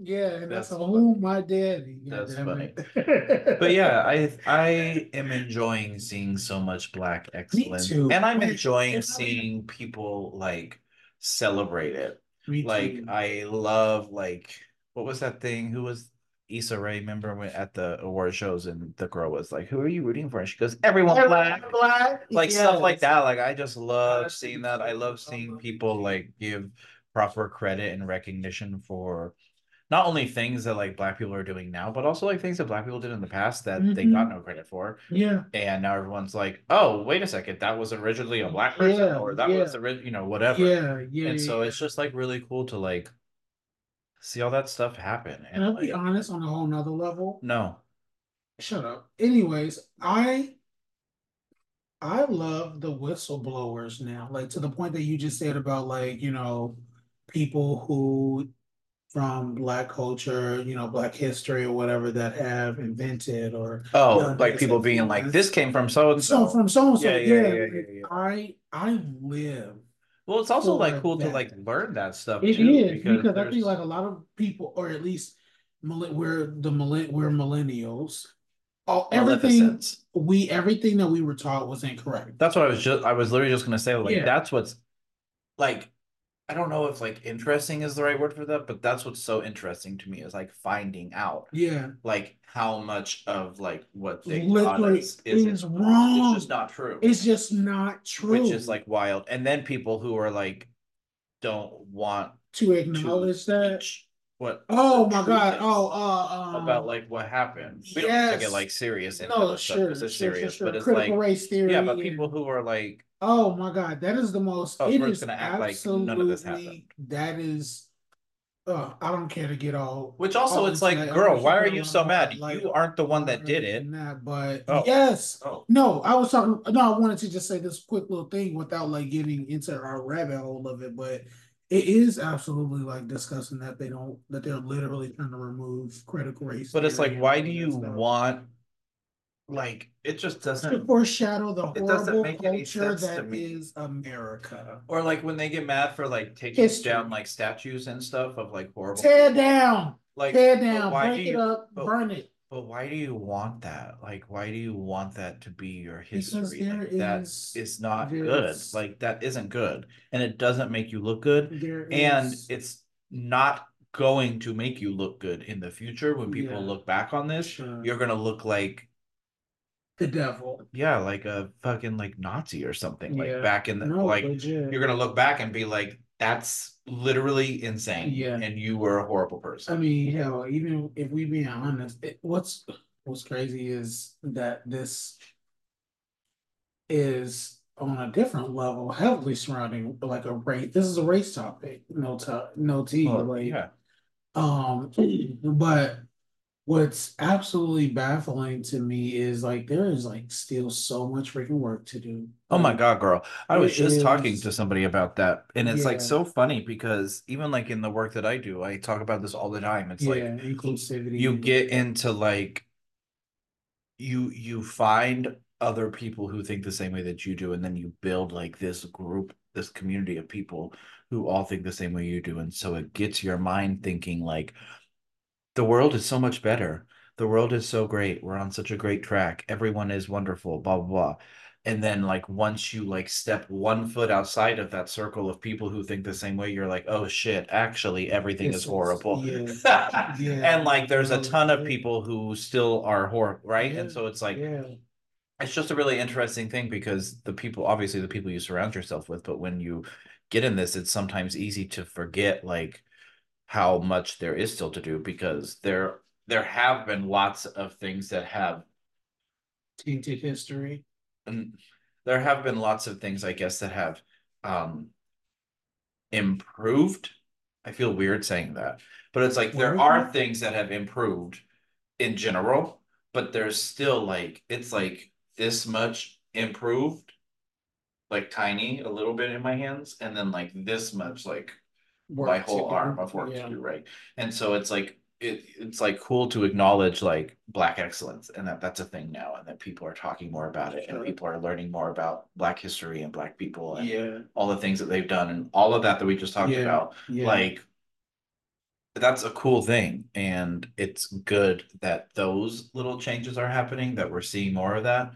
Speaker 1: Yeah, and that's,
Speaker 2: That's
Speaker 1: a who my daddy.
Speaker 2: That's
Speaker 1: goddammit.
Speaker 2: but yeah, I I am enjoying seeing so much black excellence,
Speaker 1: too.
Speaker 2: and I'm
Speaker 1: Wait,
Speaker 2: enjoying
Speaker 1: it's not even-
Speaker 2: seeing people like celebrate it.
Speaker 1: Me
Speaker 2: Like
Speaker 1: too.
Speaker 2: I love like what was that thing? Who was Issa Rae? Remember when at the award shows and the girl was like, "Who are you rooting for?" And she goes, "Everyone
Speaker 1: Everyone
Speaker 2: black."
Speaker 1: black?
Speaker 2: Like stuff like
Speaker 1: Yes.
Speaker 2: that. Like I just love
Speaker 1: That's
Speaker 2: seeing that. I love seeing
Speaker 1: incredible.
Speaker 2: people like give proper credit and recognition for not only things that like black people are doing now, but also like things that black people did in the past that they got
Speaker 1: Mm-hmm.
Speaker 2: no credit for.
Speaker 1: Yeah.
Speaker 2: And now everyone's like, oh, wait a second, that was originally a black person,
Speaker 1: Yeah,
Speaker 2: or that
Speaker 1: yeah.
Speaker 2: was the you know, whatever.
Speaker 1: Yeah, yeah.
Speaker 2: and so
Speaker 1: yeah.
Speaker 2: it's just like really cool to like see all that stuff happen.
Speaker 1: And
Speaker 2: And
Speaker 1: I'll be
Speaker 2: like,
Speaker 1: honest on a whole nother level.
Speaker 2: no,
Speaker 1: Shut up. Anyways, I I love the whistleblowers now. Like to the point that you just said about like, you know, people who from black culture, you know, black history or whatever that have invented or
Speaker 2: Oh,
Speaker 1: No,
Speaker 2: like
Speaker 1: it's
Speaker 2: people
Speaker 1: like-
Speaker 2: being like, this came from so and
Speaker 1: so
Speaker 2: so.
Speaker 1: from so and so.
Speaker 2: Yeah, yeah, yeah, yeah, yeah.
Speaker 1: I I live
Speaker 2: Well, it's also like
Speaker 1: for
Speaker 2: cool to
Speaker 1: that.
Speaker 2: like learn that stuff
Speaker 1: It
Speaker 2: too,
Speaker 1: is because, I
Speaker 2: there's-
Speaker 1: think like a lot of people, or at least millen- we're the millen- we're millennials.
Speaker 2: Oh,
Speaker 1: All everything
Speaker 2: Maleficent.
Speaker 1: we everything that we were taught was incorrect.
Speaker 2: That's what I was just I was literally just gonna say, like
Speaker 1: Yeah.
Speaker 2: that's what's like I don't know if like interesting is the right word for that, but that's what's so interesting to me is like finding out
Speaker 1: Yeah,
Speaker 2: like how much of like what they taught
Speaker 1: Literally
Speaker 2: us
Speaker 1: is
Speaker 2: is, It's
Speaker 1: wrong.
Speaker 2: just not true.
Speaker 1: it's just not true.
Speaker 2: Which is like wild. And then people who are like don't want
Speaker 1: to acknowledge that.
Speaker 2: teach what
Speaker 1: Oh
Speaker 2: the
Speaker 1: my
Speaker 2: truth
Speaker 1: god!
Speaker 2: is
Speaker 1: Oh, uh, um,
Speaker 2: about like what happened. We don't have to get
Speaker 1: yes.
Speaker 2: like serious and
Speaker 1: no,
Speaker 2: other stuff.
Speaker 1: sure,
Speaker 2: This
Speaker 1: sure,
Speaker 2: is
Speaker 1: sure,
Speaker 2: serious,
Speaker 1: sure.
Speaker 2: but it's
Speaker 1: Critical
Speaker 2: like
Speaker 1: race theory.
Speaker 2: yeah, but
Speaker 1: and-
Speaker 2: people who are like
Speaker 1: Oh my god, that is the most.
Speaker 2: Oh,
Speaker 1: it
Speaker 2: we're
Speaker 1: is
Speaker 2: gonna act like none of this happened.
Speaker 1: absolutely- That is. Uh, I don't care to get all.
Speaker 2: Which also,
Speaker 1: Oh,
Speaker 2: it's
Speaker 1: it's
Speaker 2: like,
Speaker 1: like, I
Speaker 2: girl,
Speaker 1: wish
Speaker 2: why
Speaker 1: you
Speaker 2: are
Speaker 1: could
Speaker 2: you
Speaker 1: have
Speaker 2: so
Speaker 1: known,
Speaker 2: mad?
Speaker 1: like,
Speaker 2: You aren't the one that did it.
Speaker 1: and That, but
Speaker 2: Oh.
Speaker 1: yes,
Speaker 2: Oh,
Speaker 1: no, I was talking. No, I wanted to just say this quick little thing without like getting into our rabbit hole of it, but it is absolutely like discussing that they don't that they're literally trying to remove critical race.
Speaker 2: but it's
Speaker 1: theory
Speaker 2: like,
Speaker 1: and
Speaker 2: why
Speaker 1: all
Speaker 2: do
Speaker 1: that
Speaker 2: you
Speaker 1: stuff.
Speaker 2: want? Like, it just
Speaker 1: to
Speaker 2: doesn't.
Speaker 1: foreshadow the
Speaker 2: It doesn't
Speaker 1: horrible
Speaker 2: make any
Speaker 1: culture
Speaker 2: sense to
Speaker 1: that
Speaker 2: me.
Speaker 1: is America?
Speaker 2: Or like when they get mad for like taking
Speaker 1: History.
Speaker 2: down like statues and stuff of like horrible.
Speaker 1: Tear down,
Speaker 2: Like,
Speaker 1: tear
Speaker 2: but
Speaker 1: down,
Speaker 2: why do
Speaker 1: break it
Speaker 2: you- Oh,
Speaker 1: up,
Speaker 2: but-
Speaker 1: burn it.
Speaker 2: But why do you want that? Like, why do you want that to be your
Speaker 1: Because
Speaker 2: history? Like,
Speaker 1: there
Speaker 2: that
Speaker 1: is-
Speaker 2: is not
Speaker 1: there
Speaker 2: good.
Speaker 1: is-
Speaker 2: Like, that isn't good, and it doesn't make you look good.
Speaker 1: There
Speaker 2: And
Speaker 1: is-
Speaker 2: it's not going to make you look good in the future when people
Speaker 1: Yeah.
Speaker 2: look back on this.
Speaker 1: Sure.
Speaker 2: You're gonna look like,
Speaker 1: the devil.
Speaker 2: yeah, like a fucking like Nazi or something. Like
Speaker 1: Yeah.
Speaker 2: back in the
Speaker 1: No,
Speaker 2: like
Speaker 1: legit.
Speaker 2: you're gonna look back and be like, that's literally insane.
Speaker 1: Yeah.
Speaker 2: And you were a horrible person.
Speaker 1: I mean, hell, even if we being honest, it, what's what's crazy is that this is on a different level, heavily surrounding like a race. This is a race topic, no t- no tea.
Speaker 2: Well,
Speaker 1: like,
Speaker 2: yeah.
Speaker 1: Um, but what's absolutely baffling to me is like there is like still so much freaking work to do.
Speaker 2: Oh my God, girl. I was
Speaker 1: It
Speaker 2: just talking
Speaker 1: is-
Speaker 2: to somebody about that. And it's like
Speaker 1: Yeah.
Speaker 2: so funny because even like in the work that I do, I talk about this all the time. It's
Speaker 1: yeah,
Speaker 2: like
Speaker 1: inclusivity.
Speaker 2: you get
Speaker 1: um,
Speaker 2: into like you you find other people who think the same way that you do and then you build like this group this community of people who all think the same way you do and so it gets your mind thinking like the world is so much better the world is so great we're on such a great track everyone is wonderful blah blah blah and then like once you like step one foot outside of that circle of people who think the same way you're like oh shit actually everything
Speaker 1: This
Speaker 2: is horrible
Speaker 1: yeah. Yeah.
Speaker 2: and like there's a
Speaker 1: no,
Speaker 2: ton of
Speaker 1: it-
Speaker 2: people who still are horrible, right? And
Speaker 1: Yeah,
Speaker 2: so it's like
Speaker 1: yeah,
Speaker 2: it's just a really interesting thing because the people obviously the people you surround yourself with, but when you get in this, it's sometimes easy to forget like how much there is still to do because there there have been lots of things that have
Speaker 1: tainted history.
Speaker 2: and there have been lots of things I guess that have um improved. I feel weird saying that, but it's like there are
Speaker 1: Improved?
Speaker 2: things that have improved in general, but there's still like it's like this much improved, like tiny a little bit in my hands, and then like this much like
Speaker 1: Work
Speaker 2: my
Speaker 1: to
Speaker 2: whole
Speaker 1: do.
Speaker 2: arm of work
Speaker 1: Yeah.
Speaker 2: to do, right? And so it's like it, it's like cool to acknowledge like black excellence and that that's a thing now and that people are talking more about it and
Speaker 1: Sure.
Speaker 2: people are learning more about black history and black people and
Speaker 1: Yeah,
Speaker 2: all the things that they've done and all of that that we just talked
Speaker 1: Yeah,
Speaker 2: about
Speaker 1: yeah.
Speaker 2: like that's a cool thing and it's good that those little changes are happening that we're seeing more of that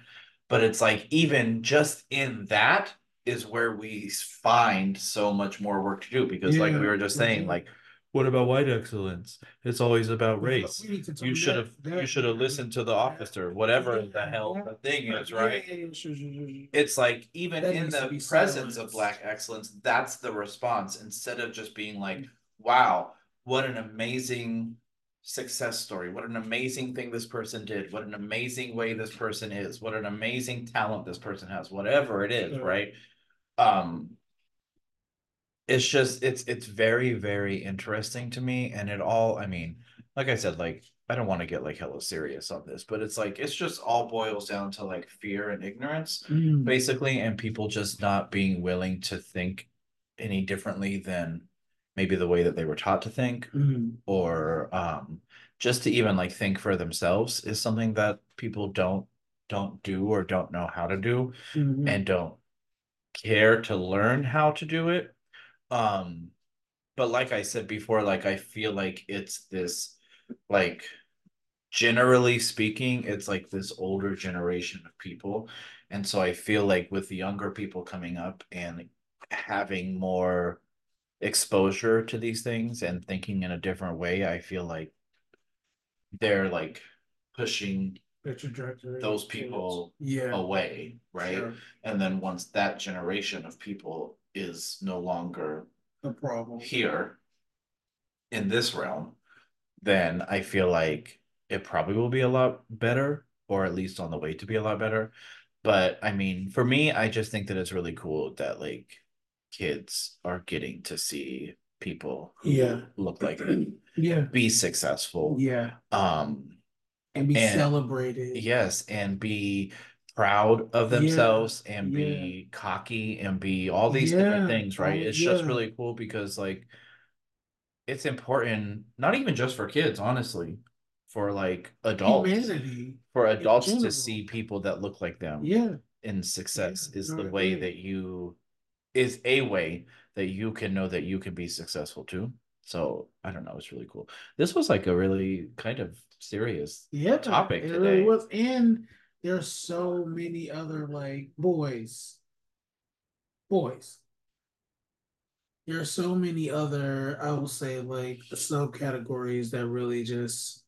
Speaker 2: but it's like even just in that is where we find so much more work to do because like we
Speaker 1: Yeah,
Speaker 2: were just saying
Speaker 1: mhm.
Speaker 2: like what about white excellence it's always about
Speaker 1: We-
Speaker 2: race
Speaker 1: we need to
Speaker 2: you
Speaker 1: turn
Speaker 2: should
Speaker 1: that-
Speaker 2: have you
Speaker 1: that-
Speaker 2: should have listened to the officer whatever the
Speaker 1: Yeah,
Speaker 2: hell
Speaker 1: yeah.
Speaker 2: the thing is
Speaker 1: Yeah,
Speaker 2: right
Speaker 1: yeah, yeah, sure, sure, sure, sure.
Speaker 2: it's like even
Speaker 1: That
Speaker 2: in
Speaker 1: needs to
Speaker 2: the
Speaker 1: be
Speaker 2: presence of
Speaker 1: silenced.
Speaker 2: black excellence that's the response instead of just being like wow what an amazing success story what an amazing thing this person did what an amazing way this person is what an amazing talent this person has whatever it is
Speaker 1: Sure.
Speaker 2: right um it's just it's it's very very interesting to me and it all i mean like i said like i don't want to get like hella serious on this but it's like it's just all boils down to like fear and ignorance
Speaker 1: Mm.
Speaker 2: basically, and people just not being willing to think any differently than maybe the way that they were taught to think
Speaker 1: Mhm.
Speaker 2: or um just to even like think for themselves is something that people don't don't do or don't know how to do
Speaker 1: Mhm.
Speaker 2: and don't care to learn how to do it um but like i said before like i feel like it's this like generally speaking it's like this older generation of people and so i feel like with the younger people coming up and having more exposure to these things and thinking in a different way i feel like they're like pushing
Speaker 1: The trajectory
Speaker 2: those
Speaker 1: is-
Speaker 2: people
Speaker 1: Yeah.
Speaker 2: away right
Speaker 1: sure.
Speaker 2: and then once that generation of people is no longer
Speaker 1: The problem.
Speaker 2: here in this realm, then I feel like it probably will be a lot better, or at least on the way to be a lot better. But I mean, for me, I just think that it's really cool that like kids are getting to see people who
Speaker 1: Yeah.
Speaker 2: look like them
Speaker 1: Yeah.
Speaker 2: be successful.
Speaker 1: Yeah.
Speaker 2: Um,
Speaker 1: And be
Speaker 2: And-
Speaker 1: celebrated.
Speaker 2: Yes, and be proud of
Speaker 1: Yeah,
Speaker 2: themselves and be cocky and be all these
Speaker 1: Yeah,
Speaker 2: different things, right?
Speaker 1: all-
Speaker 2: It's just
Speaker 1: yeah.
Speaker 2: really cool because like it's important, not even just for kids, honestly, for like adults,
Speaker 1: Humanity.
Speaker 2: for adults to
Speaker 1: general.
Speaker 2: see people that look like them
Speaker 1: Yeah.
Speaker 2: in success
Speaker 1: Yeah,
Speaker 2: is
Speaker 1: no,
Speaker 2: the
Speaker 1: I
Speaker 2: way
Speaker 1: agree.
Speaker 2: that you is a way that you can know that you can be successful too. So I don't know, it's really cool. This was like a really kind of serious
Speaker 1: Yeah.
Speaker 2: topic
Speaker 1: It really
Speaker 2: today.
Speaker 1: was. And there's so many other like boys. Boys. There are so many other, I will say, like subcategories that really just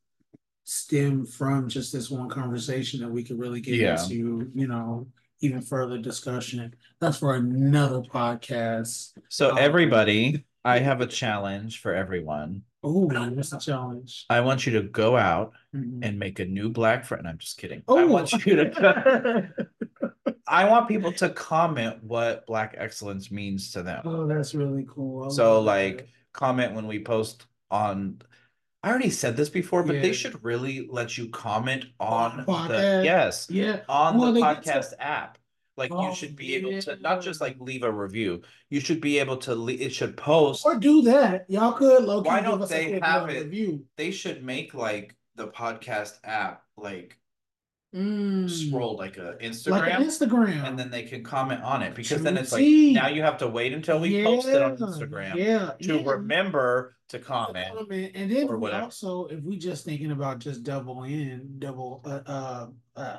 Speaker 1: stem from just this one conversation that we could really get
Speaker 2: Yeah.
Speaker 1: into, you know, even further discussion. That's for another podcast.
Speaker 2: So
Speaker 1: Um,
Speaker 2: everybody, I have a challenge for everyone.
Speaker 1: Oh, that's a challenge.
Speaker 2: I want you to go out
Speaker 1: Mhm.
Speaker 2: and make a new black friend. I'm just kidding. I
Speaker 1: Oh.
Speaker 2: want you to I want people to comment what black excellence means to them.
Speaker 1: Oh, that's really cool. I
Speaker 2: So,
Speaker 1: love that.
Speaker 2: like, Comment when we post on I already said this before, but
Speaker 1: Yeah.
Speaker 2: they should really let you comment on the
Speaker 1: Podcast.
Speaker 2: yes,
Speaker 1: yeah,
Speaker 2: on
Speaker 1: Well, they
Speaker 2: the
Speaker 1: get to-
Speaker 2: podcast app. Like
Speaker 1: Oh,
Speaker 2: you should be able to not just like leave a review. You should be able to le- it should post
Speaker 1: or do that. Y'all could low
Speaker 2: Why
Speaker 1: give
Speaker 2: don't
Speaker 1: us a
Speaker 2: they
Speaker 1: quick
Speaker 2: have
Speaker 1: little
Speaker 2: it?
Speaker 1: review.
Speaker 2: they should make like the podcast app like
Speaker 1: Mm,
Speaker 2: scroll like a Instagram
Speaker 1: like an Instagram.
Speaker 2: and then they can comment on it because then it's like
Speaker 1: Juicy.
Speaker 2: now you have to wait until we post it on Instagram
Speaker 1: Yeah,
Speaker 2: to
Speaker 1: yeah.
Speaker 2: remember to
Speaker 1: Comment,
Speaker 2: comment.
Speaker 1: And then
Speaker 2: or
Speaker 1: we
Speaker 2: whatever.
Speaker 1: also, if we just thinking about just double in, double uh, uh, uh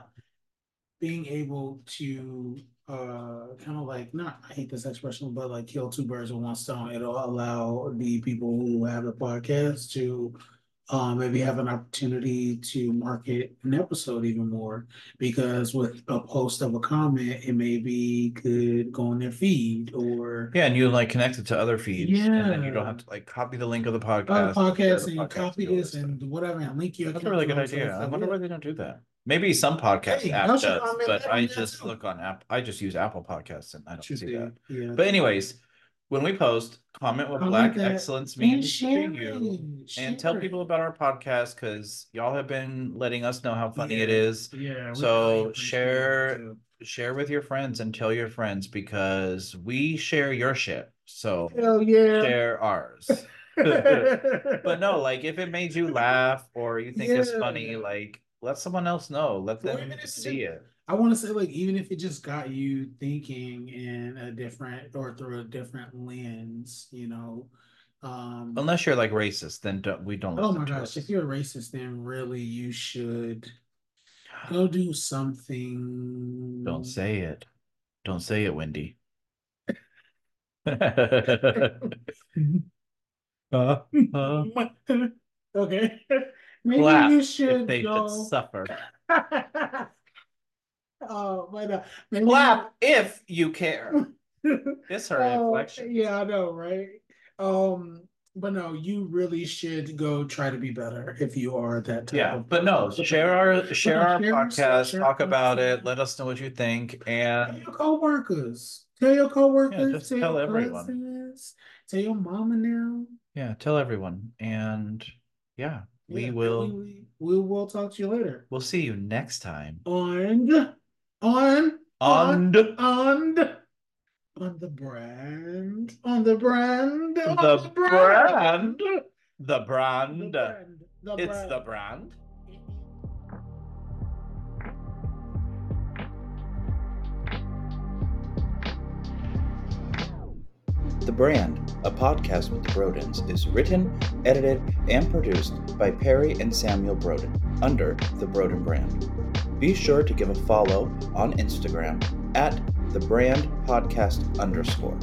Speaker 1: being able to uh kind of like not I hate this expression, but like kill two birds with one stone. It'll allow the people who have the podcast to um maybe have an opportunity to market an episode even more because with a post of a comment, it maybe could go on their feed or
Speaker 2: Yeah, and you like connect it to other feeds, and then you don't
Speaker 1: Yeah.
Speaker 2: have to like copy the link of the
Speaker 1: other
Speaker 2: podcast. share the
Speaker 1: podcasts and
Speaker 2: podcast,
Speaker 1: copy
Speaker 2: do all
Speaker 1: this
Speaker 2: stuff.
Speaker 1: and whatever and link your
Speaker 2: That's a really good
Speaker 1: account to it.
Speaker 2: idea. I wonder
Speaker 1: Yeah.
Speaker 2: why they don't do that. Maybe some podcast
Speaker 1: Hey,
Speaker 2: app
Speaker 1: y'all
Speaker 2: does,
Speaker 1: should comment
Speaker 2: but
Speaker 1: back
Speaker 2: I
Speaker 1: on that
Speaker 2: just
Speaker 1: too.
Speaker 2: look on app. I just use Apple Podcasts, and I don't
Speaker 1: Should
Speaker 2: see
Speaker 1: do.
Speaker 2: that.
Speaker 1: Yeah.
Speaker 2: But anyways, when we post, comment what
Speaker 1: Comment
Speaker 2: Black
Speaker 1: that
Speaker 2: excellence
Speaker 1: and
Speaker 2: means to
Speaker 1: share
Speaker 2: you.
Speaker 1: it.
Speaker 2: and
Speaker 1: Share
Speaker 2: tell
Speaker 1: it.
Speaker 2: people about our podcast because y'all have been letting us know how funny it
Speaker 1: Yeah.
Speaker 2: is.
Speaker 1: Yeah. we
Speaker 2: So,
Speaker 1: really appreciate
Speaker 2: share-
Speaker 1: it, too.
Speaker 2: Share with your friends and tell your friends because we share your shit. So
Speaker 1: Hell yeah.
Speaker 2: share ours. But
Speaker 1: but
Speaker 2: no, like if it made you laugh or you think it's funny,
Speaker 1: Yeah.
Speaker 2: like let someone else know. Let
Speaker 1: Or
Speaker 2: them
Speaker 1: even if it
Speaker 2: see it.
Speaker 1: I want to say, like, even if it just got you thinking in a different or through a different lens, you know. Um,
Speaker 2: Unless you're like racist, then don't, we don't.
Speaker 1: oh
Speaker 2: listen
Speaker 1: my
Speaker 2: to
Speaker 1: gosh,
Speaker 2: it.
Speaker 1: if you're a racist, then really you should go do something.
Speaker 2: Don't say it. Don't say it, Wendy.
Speaker 1: Uh-huh.
Speaker 2: Uh, uh.
Speaker 1: okay. Maybe
Speaker 2: Clap
Speaker 1: you
Speaker 2: if
Speaker 1: should
Speaker 2: they
Speaker 1: go.
Speaker 2: should suffer.
Speaker 1: oh, why not? Maybe
Speaker 2: Clap if you care. It's her
Speaker 1: Oh,
Speaker 2: inflection.
Speaker 1: yeah, I know, right? Um, but no, you really should go try to be better if you are that type
Speaker 2: Yeah,
Speaker 1: of
Speaker 2: but no,
Speaker 1: person.
Speaker 2: share our share
Speaker 1: no,
Speaker 2: our
Speaker 1: share our stuff,
Speaker 2: podcast,
Speaker 1: share
Speaker 2: talk
Speaker 1: our
Speaker 2: about
Speaker 1: stuff.
Speaker 2: it, let us know what you think,
Speaker 1: Tell
Speaker 2: and
Speaker 1: your coworkers. Tell your coworkers,
Speaker 2: just
Speaker 1: tell,
Speaker 2: tell
Speaker 1: your
Speaker 2: everyone.
Speaker 1: cousins, tell your mama now.
Speaker 2: yeah, tell everyone. And yeah, we
Speaker 1: Yeah,
Speaker 2: will
Speaker 1: We, we will talk to you later.
Speaker 2: we'll see you next time.
Speaker 1: On, on, on,
Speaker 2: And
Speaker 1: on. on the brand, on the brand, on
Speaker 3: The brand. The brand.
Speaker 1: the
Speaker 3: It's the brand.
Speaker 1: brand.
Speaker 2: The Brand, a podcast with the Brodens, is written, edited, and produced by Perry and Samuel Broden under the Broden Brand. Be sure to give a follow on Instagram at the Brand Podcast underscore.